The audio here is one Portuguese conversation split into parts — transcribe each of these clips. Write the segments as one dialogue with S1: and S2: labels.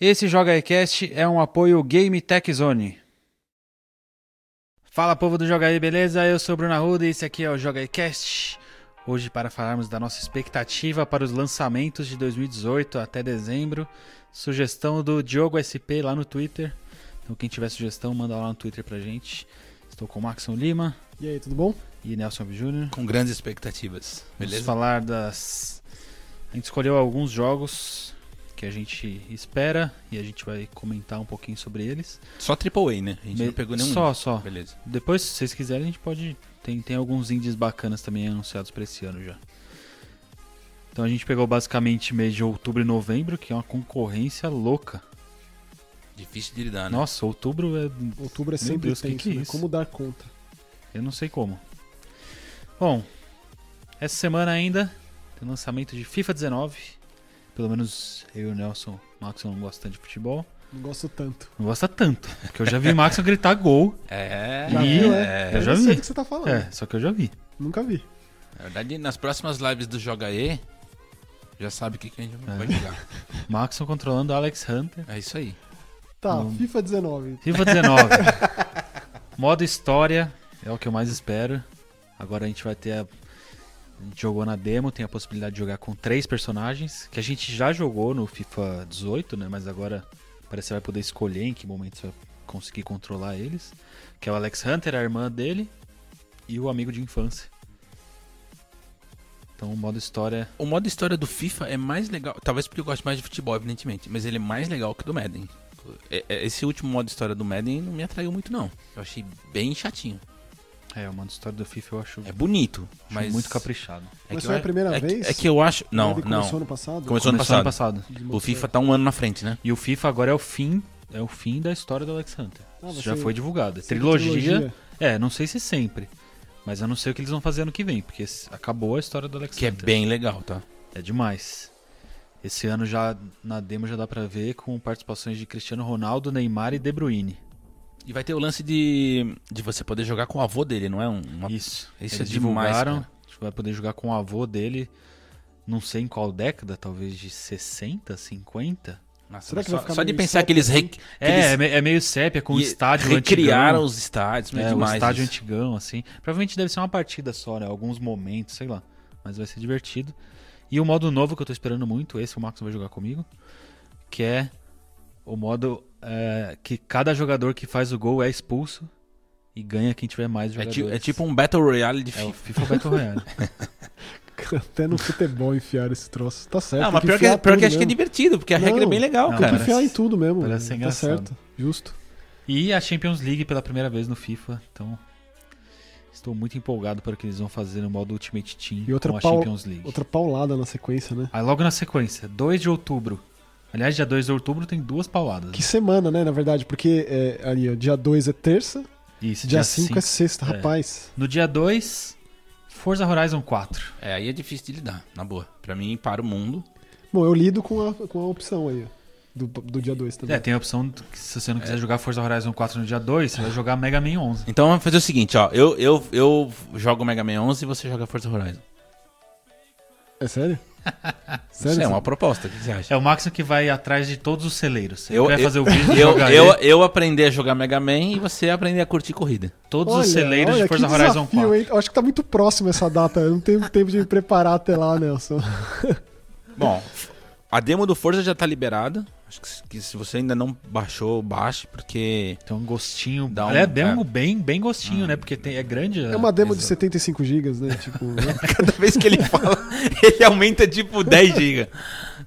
S1: Esse Joga Ecast é um apoio Game Tech Zone. Fala povo do Joga aí, beleza? Eu sou Bruno Arruda e esse aqui é o Joga Ecast. Hoje para falarmos da nossa expectativa para os lançamentos de 2018 até dezembro. Sugestão do Diogo SP lá no Twitter. Então quem tiver sugestão, manda lá no Twitter pra gente. Estou com o Maxon Lima
S2: E aí, tudo bom?
S1: e Nelson Alves Júnior.
S3: Com grandes expectativas.
S1: Vamos
S3: Beleza?
S1: falar das. A gente escolheu alguns jogos que a gente espera e a gente vai comentar um pouquinho sobre eles.
S3: Só AAA, né? A gente
S1: Me-
S3: não pegou nenhum.
S1: Só, só.
S3: Beleza.
S1: Depois, se vocês quiserem, a gente pode. Tem, tem alguns indies bacanas também anunciados pra esse ano já. Então a gente pegou basicamente mês de outubro e novembro, que é uma concorrência louca.
S3: Difícil de lidar, né?
S1: Nossa, outubro é.
S2: Outubro é
S1: Meu
S2: sempre
S1: Deus, que
S2: tenso,
S1: que é
S2: né?
S1: isso?
S2: Como dar conta?
S1: Eu não sei como. Bom, essa semana ainda tem o lançamento de FIFA 19. Pelo menos eu e o Nelson, o Max não gosta tanto de futebol.
S2: Não gosto tanto.
S1: Não gosta tanto, né? porque eu já vi o Max gritar gol.
S3: É.
S1: Já
S2: viu,
S3: é.
S1: Eu já
S2: sei
S1: vi.
S2: o que você tá falando.
S1: É, só que eu já vi.
S2: Nunca vi.
S3: Na é verdade, nas próximas lives do Joga E, já sabe o que, que a gente
S1: É.
S3: vai jogar.
S1: Maxon controlando Alex Hunter.
S3: É isso aí.
S2: Tá,
S1: Não.
S2: FIFA 19.
S1: FIFA 19. Modo história é o que eu mais espero. Agora a gente vai ter a... a gente jogou na demo, tem a possibilidade de jogar com três personagens, que a gente já jogou no FIFA 18, né? Mas agora parece que você vai poder escolher em que momento você vai conseguir controlar eles. Que é o Alex Hunter, a irmã dele, e o amigo de infância. Então o modo história
S3: O modo história do FIFA é mais legal. Talvez porque eu gosto mais de futebol, evidentemente. Mas ele é mais legal que o do Madden. É- é- Esse último modo história do Madden não me atraiu muito, não. Eu achei bem chatinho.
S1: É, o modo história do FIFA eu acho,
S3: É bonito,
S1: acho
S3: mas.
S1: muito caprichado.
S2: Mas
S3: que
S2: foi
S3: eu-
S2: a primeira
S3: é que-
S2: vez?
S3: É que eu acho. Não,
S2: Ele
S3: não.
S2: Começou ano passado?
S3: Começou ano
S1: Começou
S3: passado. O FIFA tá um ano na frente, né?
S1: E o FIFA agora é o fim, é o fim da história do Alex Hunter.
S2: Ah,
S1: Isso
S2: vai
S1: já
S2: ser-
S1: foi divulgado. É
S2: Sempre
S1: Trilogia, É, não sei se sempre. Mas eu não sei o que eles vão fazer ano que vem, porque s- acabou a história do Alex
S3: Que é
S1: Hunter.
S3: bem legal, tá?
S1: É demais. Esse ano já na demo já dá pra ver com participações de Cristiano Ronaldo, Neymar e De Bruyne.
S3: E vai ter o lance de, de você poder jogar com o avô dele, não é? Um- Uma...
S1: Isso.
S3: Isso
S1: eles
S3: é demais,
S1: divulgaram.
S3: cara.
S1: a gente vai poder jogar com o avô dele, não sei em qual década, talvez de 60, 50.
S3: Nossa,
S2: Será
S3: mas
S2: que vai
S3: só,
S2: ficar
S3: só de
S2: meio
S3: pensar que eles, re... que
S1: É, é
S3: eles
S1: me- é meio sépia com o
S3: e-
S1: estádio
S3: recriaram
S1: antigão.
S3: os estádios,
S1: É,
S3: meio
S1: o
S3: demais.
S1: estádio
S3: isso.
S1: antigão, assim. Provavelmente deve ser uma partida só, né? Alguns momentos, sei lá. Mas vai ser divertido. E o modo novo que eu tô esperando muito, esse o Marcos vai jogar comigo, que é o modo é, que cada jogador que faz o gol é expulso e ganha quem tiver mais
S3: É,
S1: jogadores.
S3: ti- é tipo um Battle Royale de
S1: É o
S3: FIFA.
S1: FIFA Battle Royale.
S2: Até no futebol enfiaram esse troço. Tá certo.
S3: Ah, mas
S2: tem
S3: pior que,
S2: enfiar
S3: pior que
S2: tudo
S3: acho que é
S2: mesmo.
S3: divertido, porque a regra é
S2: Não,
S3: bem legal,
S1: não,
S2: Tem
S3: cara.
S2: que enfiar em tudo mesmo.
S1: né? Parece ser
S2: tá
S1: engraçado.
S2: certo. Justo.
S1: e a Champions League pela primeira vez no FIFA, então estou muito empolgado para o que eles vão fazer no modo Ultimate Team
S2: E outra
S1: com a
S2: pau-
S1: Champions League.
S2: Outra paulada na sequência, né?
S1: Aí logo na sequência, 2 de outubro. Aliás, dia 2 de outubro tem duas pauladas.
S2: Que semana, né, na verdade? Porque é, ali, ó, dia 2 é terça,
S1: Isso,
S2: dia 5 é sexta,
S1: É.
S2: rapaz.
S1: No dia 2, Forza Horizon 4.
S3: É, aí é difícil de lidar, na boa. Pra mim, para o mundo.
S2: Bom, eu lido com a, com a opção aí, ó, do, do dia 2 também.
S1: É, tem a opção de que se você não quiser
S2: É.
S1: jogar Forza Horizon 4 no dia 2, você vai jogar Mega Man 11.
S3: Então vamos fazer o seguinte, ó. Eu, eu, eu jogo Mega Man 11 e você joga Forza Horizon.
S2: É sério?
S3: Isso
S2: sério?
S3: é uma proposta, o que você acha?
S1: É o Max que vai atrás de todos os celeiros. Ele
S3: Eu-
S1: vai
S3: eu-
S1: fazer o vídeo de
S3: Eu,
S1: jogar
S3: eu,
S1: ele,
S3: eu aprender a jogar Mega Man e você aprender a curtir corrida.
S1: todos
S2: Olha,
S1: os celeiros
S2: olha,
S1: de Forza
S2: que
S1: Horizon
S2: desafio,
S1: 4.
S2: hein? Eu acho que tá muito próximo essa data. Eu não tenho tempo de me preparar até lá, Nelson.
S3: Bom, a demo do Forza já tá liberada. Acho que se- que se você ainda não baixou, baixe, porque.
S1: Tem um gostinho.
S3: Dá um- Ah,
S1: Aliás, demo bem, bem gostinho, né? Porque tem- é grande.
S2: É uma demo de
S3: exato.
S2: 75 gigas, né? Tipo, né?
S3: Cada vez que ele fala, ele aumenta tipo 10 GB.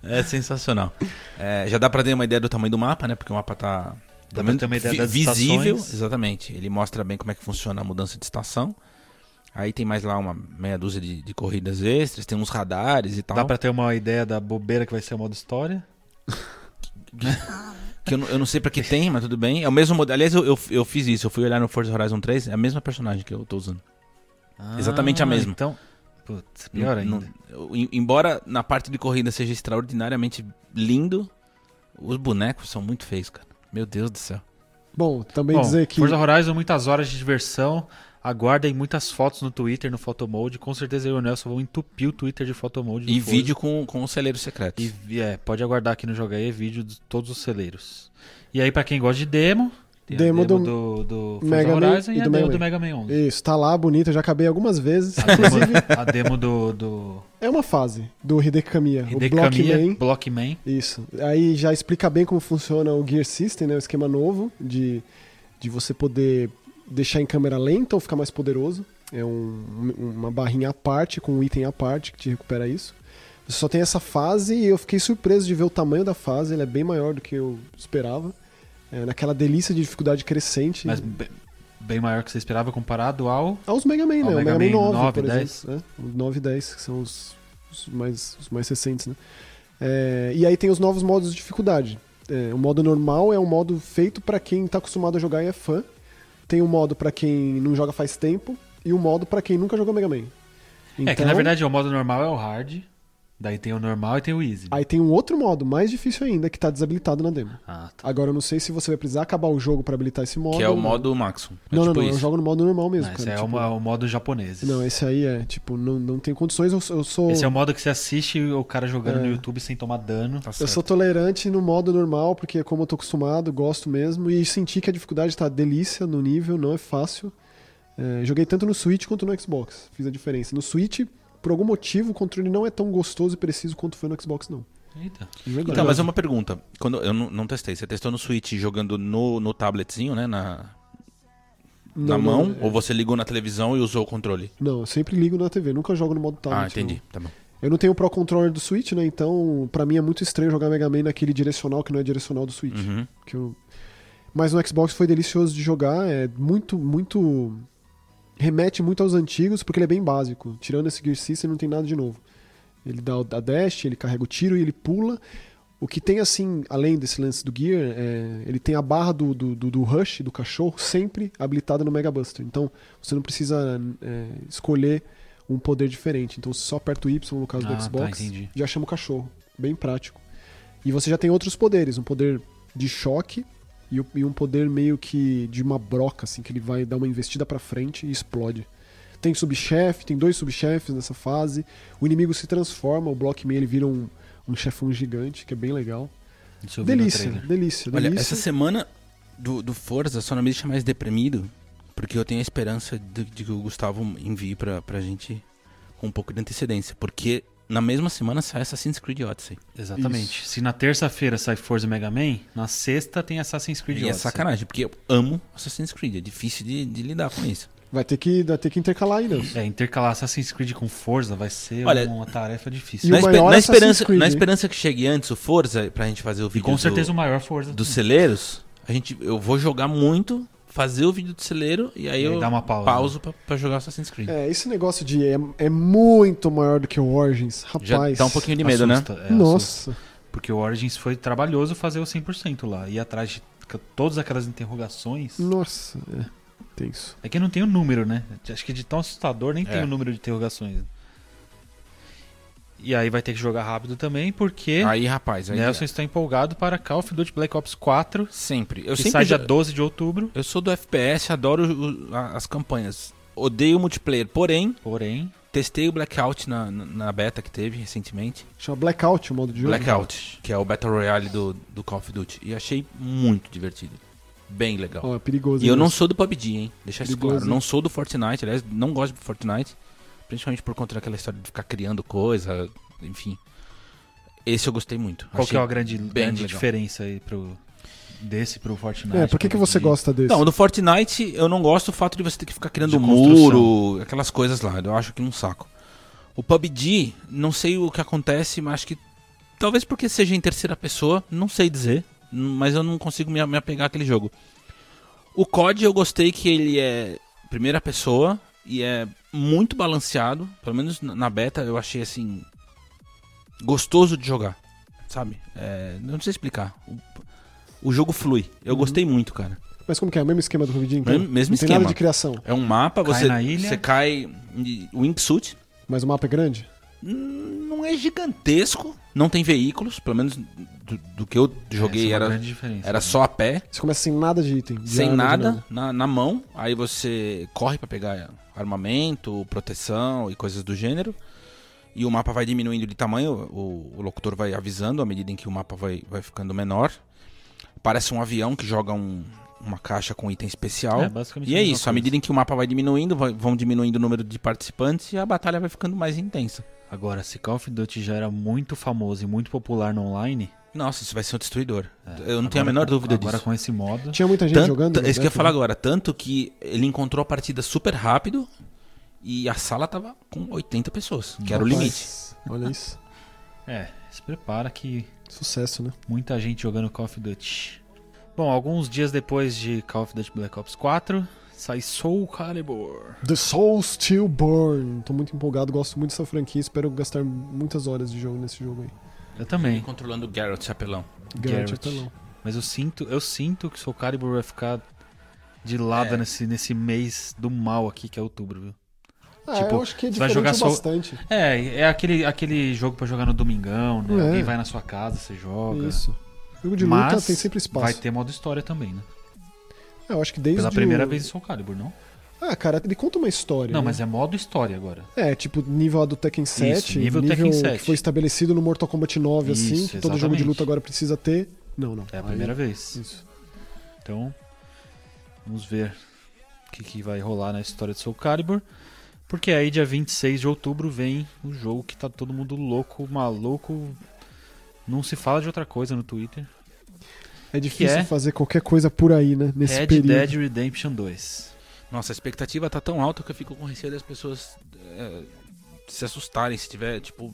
S3: É sensacional. É, já dá pra ter uma ideia do tamanho do mapa, né? Porque o mapa tá.
S1: pra
S3: menos
S1: ter uma ideia das
S3: visível.
S1: estações.
S3: Exatamente. Ele mostra bem como é que funciona a mudança de estação. Aí tem mais lá uma meia dúzia de, de corridas extras, tem uns radares e tal.
S1: Dá pra ter uma ideia da bobeira que vai ser o modo história.
S3: Que eu, não- eu não sei pra que tem, mas tudo bem. É o mesmo modelo. Aliás, eu, eu, eu fiz isso. Eu fui olhar no Forza Horizon 3, é a mesma personagem que eu tô usando. Exatamente a
S1: Ah,
S3: mesma.
S1: Então, putz, pior
S3: Não-
S1: ainda.
S3: não- em- embora na parte de corrida seja extraordinariamente lindo, os bonecos são muito feios, cara. Meu Deus do céu.
S2: Bom, também
S1: Bom,
S2: dizer que
S1: Forza Horizon, muitas horas de diversão. Aguardem muitas fotos no Twitter, no Photomode. Com certeza eu e o Nelson vão entupir o Twitter de Photomode. do
S3: E
S1: Flow.
S3: vídeo com, com o celeiro secreto.
S1: E vi- é, pode aguardar aqui no Joga aí vídeo de todos os celeiros. E aí, pra quem gosta de demo, tem a
S2: Demo
S1: do, do Forza
S2: Mega Man
S1: Horizon e
S2: e
S1: a
S2: do
S1: demo
S2: Mega
S1: do
S2: Man.
S1: Mega Man 11.
S2: Isso, tá lá, bonito, eu já acabei algumas vezes.
S1: A demo, a demo do, do
S2: É uma fase do Hideki Kamiya, o
S1: Hideki Kamiya,
S2: Blockman.
S1: Blockman.
S2: Isso. Aí já explica bem como funciona o Gear System, né? O esquema novo de, de você poder deixar em câmera lenta ou ficar mais poderoso. É um- uma barrinha à parte, com um item à parte que te recupera isso. Você só tem essa fase e eu fiquei surpreso de ver o tamanho da fase. Ele é bem maior do que eu esperava. É, naquela delícia de dificuldade crescente.
S1: Mas be- bem maior que você esperava comparado ao.
S2: Aos Mega
S1: Ao
S2: Man, né? O
S1: É Mega
S2: Mega Man
S1: Man
S2: 9,
S1: 9,
S2: por
S1: 10.
S2: exemplo. né? O 9 e 10, que são os, os mais, os mais recentes, né? É, e aí tem os novos modos de dificuldade. É, o modo normal é um modo feito pra quem tá acostumado a jogar e é fã. Tem um modo pra quem não joga faz tempo e um modo pra quem nunca jogou Mega Man. Então,
S1: É que na verdade o modo normal é o hard. Daí tem o normal e tem o easy.
S2: Aí tem um outro modo, mais difícil ainda, que tá desabilitado na demo.
S1: Ah, tá.
S2: Agora eu não sei se você vai precisar acabar o jogo pra habilitar esse modo.
S3: Que é o
S2: ou não.
S3: modo Maxon. É
S2: Não, não,
S3: tipo
S2: não,
S3: isso.
S2: eu jogo no modo normal mesmo.
S1: Não, esse
S2: cara,
S1: é
S2: tipo-
S1: o, o modo japonês.
S2: Não, esse aí é, tipo, não, não tem condições, eu, eu sou...
S1: Esse é o modo que você assiste o cara jogando
S2: É.
S1: no YouTube sem tomar dano.
S3: Tá
S2: Eu
S3: certo.
S2: sou tolerante no modo normal, porque é como eu tô acostumado, gosto mesmo. E senti que a dificuldade tá delícia no nível, não é fácil. É, joguei tanto no Switch quanto no Xbox, fiz a diferença. No Switch, por algum motivo, o controle não é tão gostoso e preciso quanto foi no Xbox, não.
S1: Eita.
S2: De verdade.
S3: Então, mas uma pergunta. Quando, eu não, não testei. Você testou no Switch jogando no, no tabletzinho, né? Na, na
S2: Não,
S3: mão?
S2: Não,
S3: Ou você ligou na televisão e usou o controle?
S2: não, eu sempre ligo na TV, nunca jogo no modo tablet.
S3: ah, entendi.
S2: não.
S3: Tá bom.
S2: Eu não tenho o Pro Controller do Switch, né? Então, pra mim é muito estranho jogar Mega Man naquele direcional que não é direcional do Switch.
S3: Uhum.
S2: que eu- Mas no Xbox foi delicioso de jogar, é muito, muito. Remete muito aos antigos, porque ele é bem básico. Tirando esse Gear System, não tem nada de novo. Ele dá o- a dash, ele carrega o tiro e ele pula. O que tem, assim, além desse lance do Gear, é, ele tem a barra do, do, do- do rush, do cachorro, sempre habilitada no Mega Buster. Então, você não precisa é, escolher um poder diferente. Então, você só aperta o Y no caso
S1: Ah,
S2: do
S1: tá,
S2: Xbox,
S1: entendi.
S2: já chama o cachorro. Bem prático. E você já tem outros poderes, um poder de choque e, o- e um poder meio que de uma broca, assim, que ele vai dar uma investida pra frente e explode. Tem subchefe, tem dois subchefes nessa fase. O inimigo se transforma, o Block Man ele vira um, um chefão gigante, que é bem legal.
S1: Deixa eu ver no
S2: Delícia,
S1: trailer.
S2: delícia, delícia.
S3: Olha, essa semana do, do Forza só não me deixa mais deprimido, porque eu tenho a esperança de, de que o Gustavo envie pra, pra gente com um pouco de antecedência. Porque na mesma semana sai Assassin's Creed Odyssey. é
S1: Exatamente. Se na terça-feira sai Forza Mega Man, na sexta tem Assassin's Creed
S3: E é
S1: Odyssey.
S3: sacanagem, porque eu amo Assassin's Creed. É difícil de, de lidar com isso.
S2: Vai ter que, vai ter que intercalar ainda.
S1: É, intercalar Assassin's Creed com Forza vai ser
S3: Olha,
S1: uma tarefa
S2: E
S1: difícil.
S2: o
S3: Na,
S1: Mas-
S3: espe-
S2: maior
S3: na
S2: Assassin's
S3: esperança,
S2: Creed,
S3: na
S2: hein?
S3: esperança que chegue antes o Forza, pra gente fazer o
S1: E
S3: vídeo
S1: com certeza um o
S3: do,
S1: maior Forza.
S3: dos celeiros, a gente, eu vou jogar muito, fazer o vídeo do celeiro e aí
S1: E aí
S3: eu
S1: dá uma né? pausa.
S3: pauso pra, pra jogar Assassin's Creed.
S2: É, esse negócio de é, é muito maior do que o Origins, rapaz.
S3: Já dá um pouquinho de medo, né?
S1: Assusta, é, assusta.
S2: Nossa.
S1: Porque o Origins foi trabalhoso fazer o 100% lá. Ir atrás de c- todas aquelas interrogações.
S2: Nossa, é. Tenso.
S1: É que não tem o número, né? Acho que de tão assustador nem tem
S3: É.
S1: o número de interrogações. E aí vai ter que jogar rápido também,
S2: É.
S1: porque
S3: Aí, rapaz, aí é.
S1: Nelson está empolgado para Call of Duty Black Ops 4,
S3: sempre. Eu
S1: que
S3: sempre
S1: sai
S3: já-
S1: dia 12 de outubro.
S3: Eu sou do FPS, adoro o- a- as campanhas. Odeio o multiplayer, porém,
S1: Porém,
S3: testei o Blackout na, na- na beta que teve recentemente.
S2: Chama Blackout o modo de jogo.
S3: Blackout, que é o Battle Royale do, do Call of Duty. E achei muito divertido. Bem legal.
S2: Ó, é perigoso.
S3: E eu
S2: hein,
S3: não
S2: nossa.
S3: sou do PUBG, hein? Deixa isso
S2: Perigoso,
S3: claro.
S2: hein?
S3: Não sou do Fortnite, aliás, não gosto do Fortnite. Principalmente por conta daquela história de ficar criando coisa, enfim. Esse eu gostei muito.
S1: qual que
S3: Achei
S1: é a grande, grande
S3: legal.
S1: diferença aí pro, desse pro Fortnite?
S2: É, por que, que
S1: pro
S2: você
S1: PUBG?
S2: gosta desse?
S3: Não, do Fortnite eu não gosto do fato de você ter que ficar criando
S1: De
S3: muro, aquelas coisas lá. Eu acho que um saco. O PUBG, não sei o que acontece, mas acho que talvez porque seja em terceira pessoa, não sei dizer, n- mas eu não consigo me, me apegar àquele jogo. O COD eu gostei que ele é primeira pessoa e é muito balanceado, pelo menos na- na beta eu achei assim gostoso de jogar, sabe? É, não sei explicar. O, o jogo flui. Eu gostei muito, cara.
S2: Mas como que é? O mesmo esquema do Covid, então?
S3: Mesmo- mesmo
S2: não tem
S3: esquema.
S2: nada de criação.
S3: É um mapa,
S1: Cai
S3: você,
S1: na ilha.
S3: você cai em wingsuit.
S2: Mas o mapa é grande?
S3: Hum, Não é gigantesco, não tem veículos, pelo menos do, do que eu joguei
S1: Essa é uma
S3: era,
S1: grande diferença,
S3: era
S1: né?
S3: só a pé,
S2: Você começa sem nada de item. de
S3: sem
S2: arma, de
S3: nada, na, na mão. Aí você corre pra pegar armamento, proteção e coisas do gênero. E o mapa vai diminuindo de tamanho, o, o locutor vai avisando à medida em que o mapa vai, vai ficando menor. Parece um avião que joga um- uma caixa com item especial.
S1: É, basicamente
S3: e
S1: a
S3: é
S1: mesma
S3: isso, à
S1: coisa.
S3: medida em que o mapa vai diminuindo, vai- vão diminuindo o número de participantes e a batalha vai ficando mais intensa.
S1: Agora, se Call of Duty já era muito famoso e muito popular no online,
S3: Nossa, isso vai ser um destruidor. Eu
S1: É,
S3: não
S1: agora
S3: tenho a menor
S1: com-
S3: dúvida
S1: agora
S3: disso.
S1: com esse modo.
S2: Tinha muita gente
S3: Tanto,
S2: jogando. né,
S3: é isso que eu ia
S2: Battlefield.
S3: falar agora. Tanto que ele encontrou a partida super rápido e a sala tava com 80 pessoas, que era o
S2: Rapaz,
S3: limite.
S2: Olha isso.
S1: É, se prepara que
S2: Sucesso, né?
S1: muita gente jogando Call of Duty. Bom, alguns dias depois de Call of Duty Black Ops 4, sai Soul Calibur.
S2: The Soul Still Born. Tô muito empolgado, gosto muito dessa franquia. Espero gastar muitas horas de jogo nesse jogo aí.
S1: Eu
S3: Ele
S1: também.
S3: controlando o Garrett Chapelão.
S1: Garrett.
S2: Garrett, Apelão.
S1: Mas eu sinto, eu sinto que Soul Calibur vai ficar de lado
S3: É.
S1: nesse, nesse mês do mal aqui, que é outubro, viu?
S2: Ah,
S1: Tipo,
S2: eu acho que é
S1: você vai
S2: diferente
S1: jogar Soul-
S2: bastante.
S1: É, é aquele, aquele jogo pra jogar no domingão, né?
S2: É.
S1: Alguém vai na sua casa, você joga.
S2: Isso. Jogo de
S1: Mas
S2: luta tem sempre
S1: vai
S2: espaço.
S1: ter modo história também, né?
S2: É, eu acho que desde
S1: Pela primeira
S2: o...
S1: vez em Soul Calibur, não?
S2: Ah, cara, ele conta uma história.
S1: Não,
S2: né?
S1: mas é modo história agora.
S2: É, tipo, nível lá do Tekken 7,
S1: nível
S2: nível,
S1: Tekken 7.
S2: que foi estabelecido no Mortal Kombat 9, assim,
S1: Isso,
S2: que todo jogo de
S1: exatamente.
S2: luta agora precisa ter. Não, não.
S1: É a
S2: Aí-
S1: primeira vez.
S2: Isso.
S1: Então, vamos ver o que, que vai rolar na história de Soul Calibur. Porque aí, dia 26 de outubro, vem o jogo que tá todo mundo louco, maluco. Não se fala de outra coisa no Twitter.
S2: É difícil
S1: é?
S2: fazer qualquer coisa por aí, né? Nesse
S1: Red
S2: período.
S1: Dead Redemption 2.
S3: Nossa, a expectativa tá tão alta que eu fico com receio das pessoas é, se assustarem se tiver, tipo.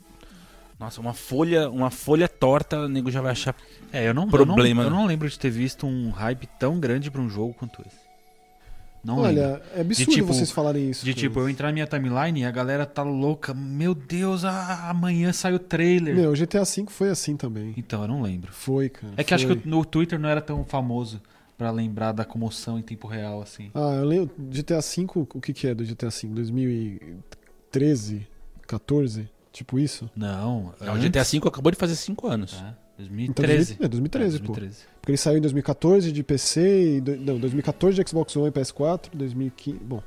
S3: Nossa, uma folha, uma folha torta, o nego já vai achar.
S1: É, eu não, eu
S3: Problema,
S1: não- Eu
S3: né?
S1: não, lembro de ter visto um hype tão grande pra um jogo quanto esse. Não lembro.
S2: Olha, é absurdo
S1: tipo-
S2: vocês falarem isso.
S1: De
S2: cara.
S1: tipo, eu entrar na minha timeline e a galera tá louca. Meu Deus, ah, amanhã sai o trailer.
S2: Meu, GTA V foi assim também.
S1: Então, eu não lembro.
S2: Foi, cara.
S1: É que acho que
S2: foi.
S1: eu- no Twitter não era tão famoso pra lembrar da comoção em tempo real, assim.
S2: Ah, eu lembro. GTA V, o que que é do GTA V? 2013? 14? Tipo isso?
S1: Não,
S3: Ah, O GTA V acabou de fazer 5 anos.
S1: É,
S2: Então,
S1: 2013.
S2: É, 2013,
S1: É,
S2: pô. Porque ele saiu em 2014 de PC, e do- não, 2014 de Xbox One e PS4, 2015. Bom.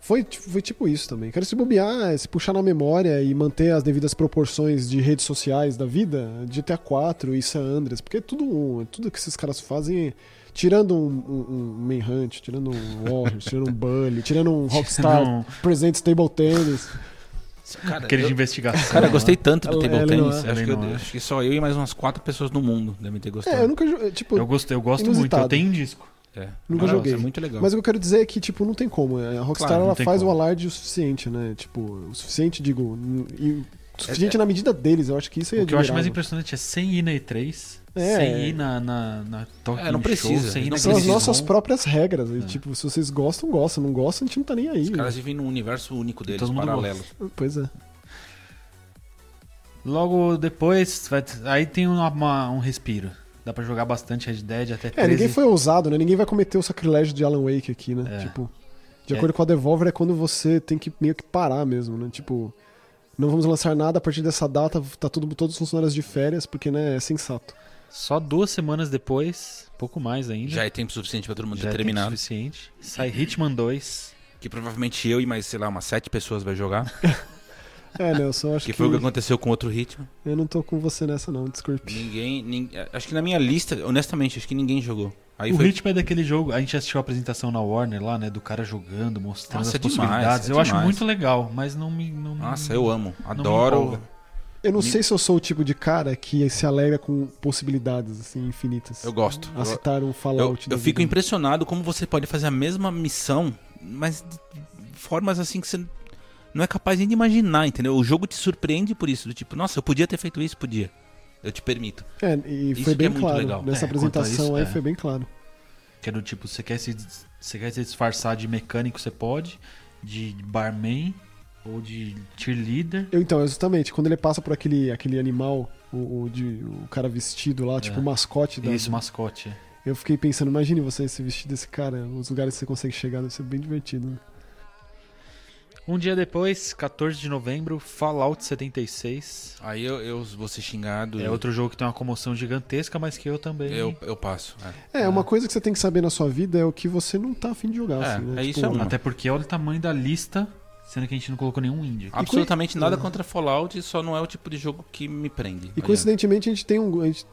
S2: Foi, ti- foi tipo isso também. Quero se bobear, é, se puxar na memória e manter as devidas proporções de redes sociais da vida, GTA 4 e San Andreas, porque é tudo, um, tudo que esses caras fazem, tirando um, um, um Manhunt, tirando um Warriors, tirando um Bully, tirando um Rockstar
S1: Não,
S2: Presents Table Tennis.
S3: Cara,
S1: É. aquele
S3: eu-
S1: de investigação.
S3: Cara, eu
S1: né?
S3: gostei tanto do
S2: Ela-
S3: table
S2: ela
S3: tennis.
S2: não
S1: é.
S3: Acho que,
S1: Ela não
S3: eu-
S1: é.
S3: acho que só eu e mais umas quatro pessoas no mundo devem ter gostado.
S2: É, eu nunca. jo- Tipo,
S1: Eu gostei, eu gosto
S2: Inusitado.
S1: muito. Eu tenho um disco.
S3: É.
S2: nunca
S3: Ah,
S2: joguei.
S3: É muito legal.
S2: Mas o que eu quero dizer é que, tipo, não tem como. A Rockstar
S3: Claro, não
S2: ela
S1: tem
S2: faz
S1: como.
S2: o alarde o suficiente, né? Tipo, o suficiente, digo. n- e o suficiente na medida deles, eu acho que isso é
S1: É, O que eu acho mais
S2: admirável.
S1: impressionante é sem ir na E3,
S2: É.
S1: sem ir na, na, na Tokyo
S3: É, não
S1: Show,
S3: precisa,
S1: sem ir
S3: não
S1: na
S2: São as
S3: impressionante.
S2: nossas
S1: Gamescom.
S2: próprias regras. e,
S1: né? É.
S2: tipo, se vocês gostam, gostam. Não gostam, a gente não tá nem aí.
S3: Os caras vivem num universo único deles,
S1: Todo mundo
S3: paralelo.
S2: Pois é.
S1: Logo depois, vai- aí tem uma- uma- um respiro. Dá pra jogar bastante Red Dead até 13.
S2: É, ninguém foi ousado, né? Ninguém vai cometer o sacrilégio de Alan Wake aqui,
S1: É.
S2: né? Tipo, de
S1: É.
S2: acordo com a Devolver, é quando você tem que meio que parar mesmo, né? Tipo, não vamos lançar nada a partir dessa data, tá tudo, todos os funcionários de férias, porque, né, é sensato.
S1: Só duas semanas depois, pouco mais ainda.
S3: Já é tempo suficiente pra todo mundo
S1: já é tempo
S3: ter terminado.
S1: suficiente. Sai Hitman 2.
S3: Que provavelmente eu e mais, sei lá, umas sete pessoas vai jogar.
S2: É, né? Eu só acho
S3: que
S2: que.
S3: foi o que aconteceu com outro ritmo.
S2: Eu não tô com você nessa, não, desculpe.
S3: Ninguém, nin- Acho que na minha lista, honestamente, acho que ninguém jogou. Aí
S1: o
S3: foi.
S1: Hitman é daquele jogo, a gente assistiu a apresentação na Warner lá, né? Do cara jogando, mostrando
S3: Nossa,
S1: as
S3: é demais,
S1: possibilidades.
S3: é
S1: eu acho
S3: demais.
S1: muito legal, mas não me. Não, me-
S3: Nossa, eu amo.
S1: me
S3: Adoro.
S1: empolga.
S2: Eu não
S3: Ni-
S2: sei se eu sou o tipo de cara que se alegra com possibilidades, assim, infinitas.
S3: Eu gosto.
S2: A
S3: Eu-
S2: citar um
S3: Eu,
S2: Fallout. da
S3: eu fico
S2: vida.
S3: impressionado como você pode fazer a mesma missão, mas de formas assim que você não é capaz nem de imaginar, entendeu? O jogo te surpreende por isso, do tipo, nossa, eu podia ter feito isso, podia. Eu te permito.
S2: É, e
S3: Isso
S2: foi
S3: que
S2: bem
S3: é muito
S2: claro.
S3: legal.
S2: Nessa
S1: É,
S2: apresentação
S1: quanto a
S2: aí
S1: isso, é.
S2: foi bem claro.
S1: Que é do tipo, você quer, se, dis- você quer se disfarçar de mecânico, você pode. De barman ou de cheerleader.
S2: Eu, então, exatamente, quando ele passa por aquele, aquele animal, o, o de, o cara vestido lá,
S3: É.
S2: tipo o mascote da.
S1: Isso, mascote. é.
S2: Eu fiquei pensando, imagine você se vestir desse cara, os lugares que você consegue chegar, deve ser bem divertido. né?
S1: Um dia depois, 14 de novembro, Fallout 76.
S3: Aí eu, eu vou ser xingado.
S1: É outro jogo que tem uma comoção gigantesca, mas que eu também.
S3: Hum. Eu, eu passo. é.
S2: É, uma coisa que você tem que saber na sua vida é o que você não tá afim de jogar.
S3: É,
S2: assim, né?
S3: é isso é uma.
S1: Até porque olha o tamanho da lista, sendo que a gente não colocou nenhum indie.
S3: Absolutamente nada contra Fallout, só não é o tipo de jogo que me prende.
S2: E
S3: Aliás,
S2: coincidentemente a gente tem um, a gente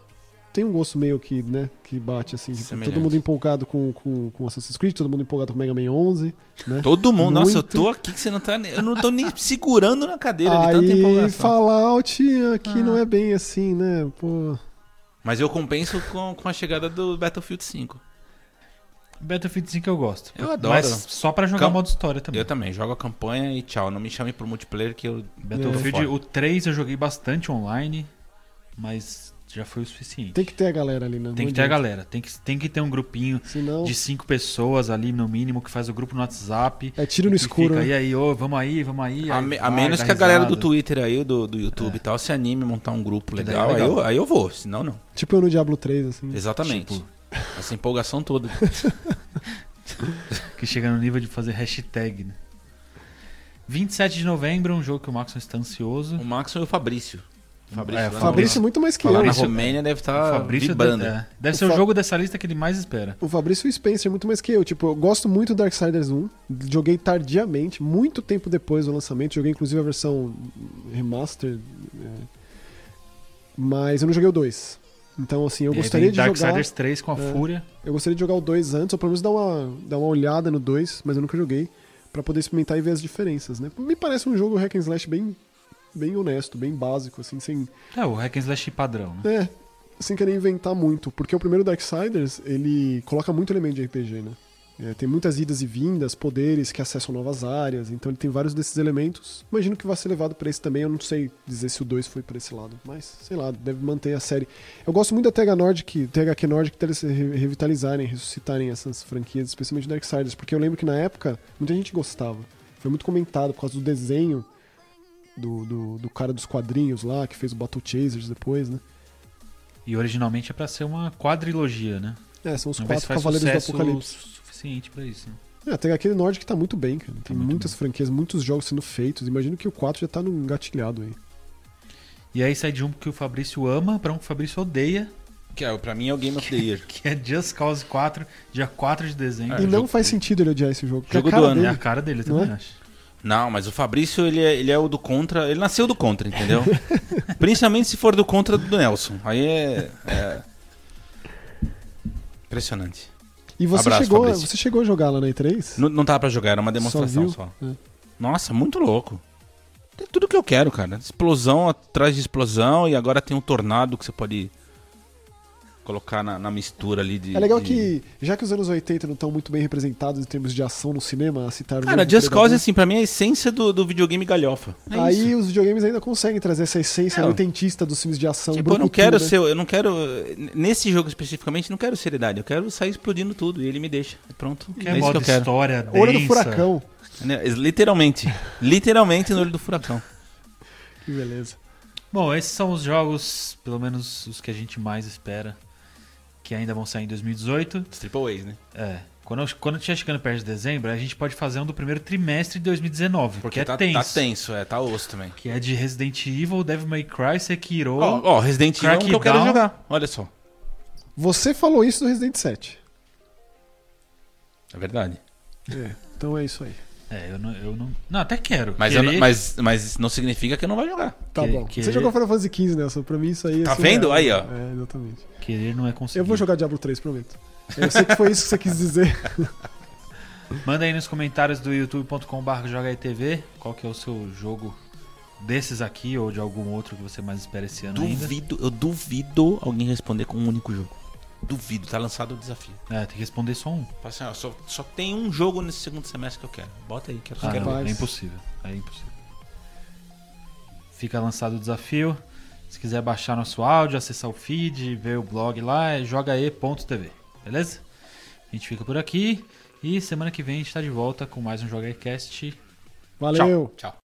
S2: tem um gosto meio que, né, que bate assim. tipo,
S3: Semelhante.
S2: todo mundo empolgado com, com, com Assassin's Creed, todo mundo empolgado com Mega Man 11, né?
S3: Todo mundo, nossa, eu
S2: Muito.
S3: tô aqui que você não tá. nem- Eu não tô nem segurando na cadeira de tanta
S2: Aí
S3: empolgação.
S2: Fallout aqui não é bem assim, né? Pô,
S3: Mas eu compenso com, com a chegada do Battlefield 5.
S1: Battlefield 5 eu gosto.
S3: Eu adoro.
S1: Mas só pra jogar
S3: Cam-
S1: modo história também.
S3: Eu também, jogo a campanha e tchau. Não me chame pro multiplayer que eu.
S1: Battlefield,
S3: Eu tô
S1: o 3 eu joguei bastante online, mas já foi o suficiente.
S2: tem que ter a galera ali, né?
S1: Tem que ter a galera, tem que, tem que ter um grupinho
S2: Senão
S1: de cinco pessoas ali no mínimo que faz o grupo no WhatsApp.
S2: é tiro
S1: E
S2: no escuro.
S1: Fica,
S2: né?
S1: e aí, ô, vamos aí, vamos um, aí.
S3: A,
S1: aí
S3: me- a
S1: vai,
S3: menos
S1: dá
S3: que a galera do
S1: risada. É.
S3: Twitter aí, do, do YouTube e tal, se anime a montar um grupo
S1: Que daí é
S3: legal, aí,
S1: legal.
S3: eu, aí eu vou, senão não.
S2: Tipo eu no Diablo 3, assim.
S3: Exatamente.
S1: Tipo.
S3: Essa empolgação toda.
S1: Que chega no nível de fazer hashtag, né? 27 de novembro, um jogo que o Maxon está ansioso.
S3: O Max e o Fabrício. O Fabrício,
S1: É,
S3: lá na-
S2: né? Fabrício
S1: Fabrício-
S2: muito mais que
S3: lá
S2: eu.
S3: na
S1: Fabrício-
S3: Romênia deve estar
S1: o Fabrício
S3: vibrando.
S1: deve, é, deve
S2: O
S1: ser o
S2: Fa-
S1: jogo dessa lista que ele mais espera.
S2: O Fabrício e o Spencer muito mais que eu. Tipo, eu gosto muito do Darksiders 1. Joguei tardiamente, muito tempo depois do lançamento. Joguei inclusive a versão remaster. é. Mas eu não joguei o 2. Então, assim, eu
S1: E aí
S2: gostaria
S1: vem
S2: de jogar.
S1: É, Darksiders 3 com a
S2: É.
S1: Fúria.
S2: Eu gostaria de jogar o 2 antes, ou pelo menos dar uma, dar uma olhada no 2, mas eu nunca joguei. Pra poder experimentar e ver as diferenças, né? Me parece um jogo hack and slash bem, bem honesto, bem básico, assim, sem,
S1: É, o Hack and Slash padrão, né?
S2: É, sem querer inventar muito, porque o primeiro Darksiders, ele coloca muito elemento de RPG, né? É, tem muitas idas e vindas, poderes que acessam novas áreas, então ele tem vários desses elementos. Imagino que vai ser levado pra esse também, eu não sei dizer se o 2 foi pra esse lado, mas sei lá, deve manter a série. Eu gosto muito da TH Nordic, THQ Nordic ter eles re- revitalizarem, ressuscitarem essas franquias, especialmente Darksiders, porque eu lembro que na época muita gente gostava. Foi muito comentado por causa do desenho do, do, do cara dos quadrinhos lá, que fez o Battle Chasers depois, né?
S1: E originalmente é pra ser uma quadrilogia, né?
S2: É, são os
S1: Não
S2: quatro Cavaleiros do Apocalipse.
S1: suficiente pra isso. né?
S2: É, tem aquele Nordic que tá muito bem, cara. Tem
S1: muito
S2: muitas franquias, muitos jogos sendo feitos. Imagino que o 4 já tá num gatilhado aí.
S1: E aí sai de um que o Fabrício ama pra um que o Fabrício odeia,
S3: Que é, pra mim é o Game of the Year.
S1: que é Just Cause 4, dia 4 de dezembro.
S3: É,
S2: e
S1: É,
S2: não
S3: jogo-
S2: faz sentido ele odiar esse jogo. porque
S3: Jogo
S2: a cara
S3: do ano, né?
S1: a
S2: dele,
S1: cara dele, eu
S2: Não
S1: também
S2: é?
S1: acho.
S3: Não, mas o Fabrício, ele é, ele é o do contra. Ele nasceu do contra, entendeu? Principalmente se for do contra do Nelson. Aí é. é... Impressionante.
S2: E você,
S3: Abraço,
S2: chegou,
S3: Fabrício.
S2: você chegou a jogar lá na E3?
S3: Não, não tava pra jogar, era uma demonstração
S2: viu?
S3: só.
S2: É.
S3: Nossa, muito louco. Tem tudo que eu quero, cara. Explosão atrás de explosão e agora tem um tornado que você pode colocar na, na mistura ali de.
S2: É legal
S3: de-
S2: que, já que os anos 80 não estão muito bem representados em termos de ação no cinema, a citar o
S3: Cara,
S2: novo
S3: Just Cause,
S2: Predador,
S3: assim, pra mim é a essência do, do videogame galhofa. É isso.
S2: Aí os videogames ainda conseguem trazer essa essência
S3: É, ó.
S2: oitentista dos filmes de ação.
S3: Tipo, eu não
S2: brucutu,
S3: quero
S2: né?
S3: ser, eu não quero n- nesse jogo especificamente, não quero seriedade, eu quero sair explodindo tudo e ele me deixa. Pronto,
S1: Que
S3: é
S1: é
S3: isso que
S1: modo
S3: eu quero.
S1: história densa.
S2: Olho do Furacão.
S3: Né, Literalmente, literalmente no olho do furacão.
S2: Que beleza.
S1: Bom, esses são os jogos, pelo menos os que a gente mais espera, que ainda vão sair em 2018.
S3: Os Triple A's, né?
S1: É, quando, eu- quando estiver chegando perto de dezembro, a gente pode fazer um do primeiro trimestre de 2019,
S3: Porque
S1: que é
S3: tá,
S1: tenso.
S3: tá tenso, é, tá osso também.
S1: Que é de Resident Evil, Devil May Cry, Sekiro.
S3: Ó, ó, Resident Evil é um que eu quero
S1: Crackdown.
S3: jogar. Olha só.
S2: Você falou isso do Resident 7.
S3: É verdade.
S2: É, então é isso aí.
S1: É, eu não, eu não. Não, até quero.
S3: Mas, eu
S1: Querer-
S3: não- mas, mas não significa que eu não vai jogar.
S2: Tá
S1: Que-
S2: bom.
S1: que-
S2: Você jogou Final Fantasy XV, Nelson. Pra mim isso aí é
S3: Tá
S2: surreal.
S3: vendo? Aí, ó.
S2: É, exatamente.
S1: Querer não é conseguir.
S2: Eu vou jogar Diablo 3, prometo. Eu sei que foi isso que você quis dizer.
S1: Manda aí nos comentários do youtube.com.br jogaetv qual que é o seu jogo desses aqui ou de algum outro que você mais espera esse ano ainda.
S3: Duvido, eu duvido alguém responder com um único jogo. Duvido, tá lançado o desafio.
S1: É, tem que responder só um.
S3: Fala assim, ó, só, só tem um jogo nesse segundo semestre que eu quero. Bota aí, quero,
S1: Ah,
S3: quero
S1: não,
S2: Rapaz.
S1: é impossível. É impossível. Fica lançado o desafio. Se quiser baixar nosso áudio, acessar o feed, ver o blog lá, é jogae.tv, beleza? A gente fica por aqui e semana que vem a gente tá de volta com mais um Jogaecast.
S2: Valeu.
S3: Tchau.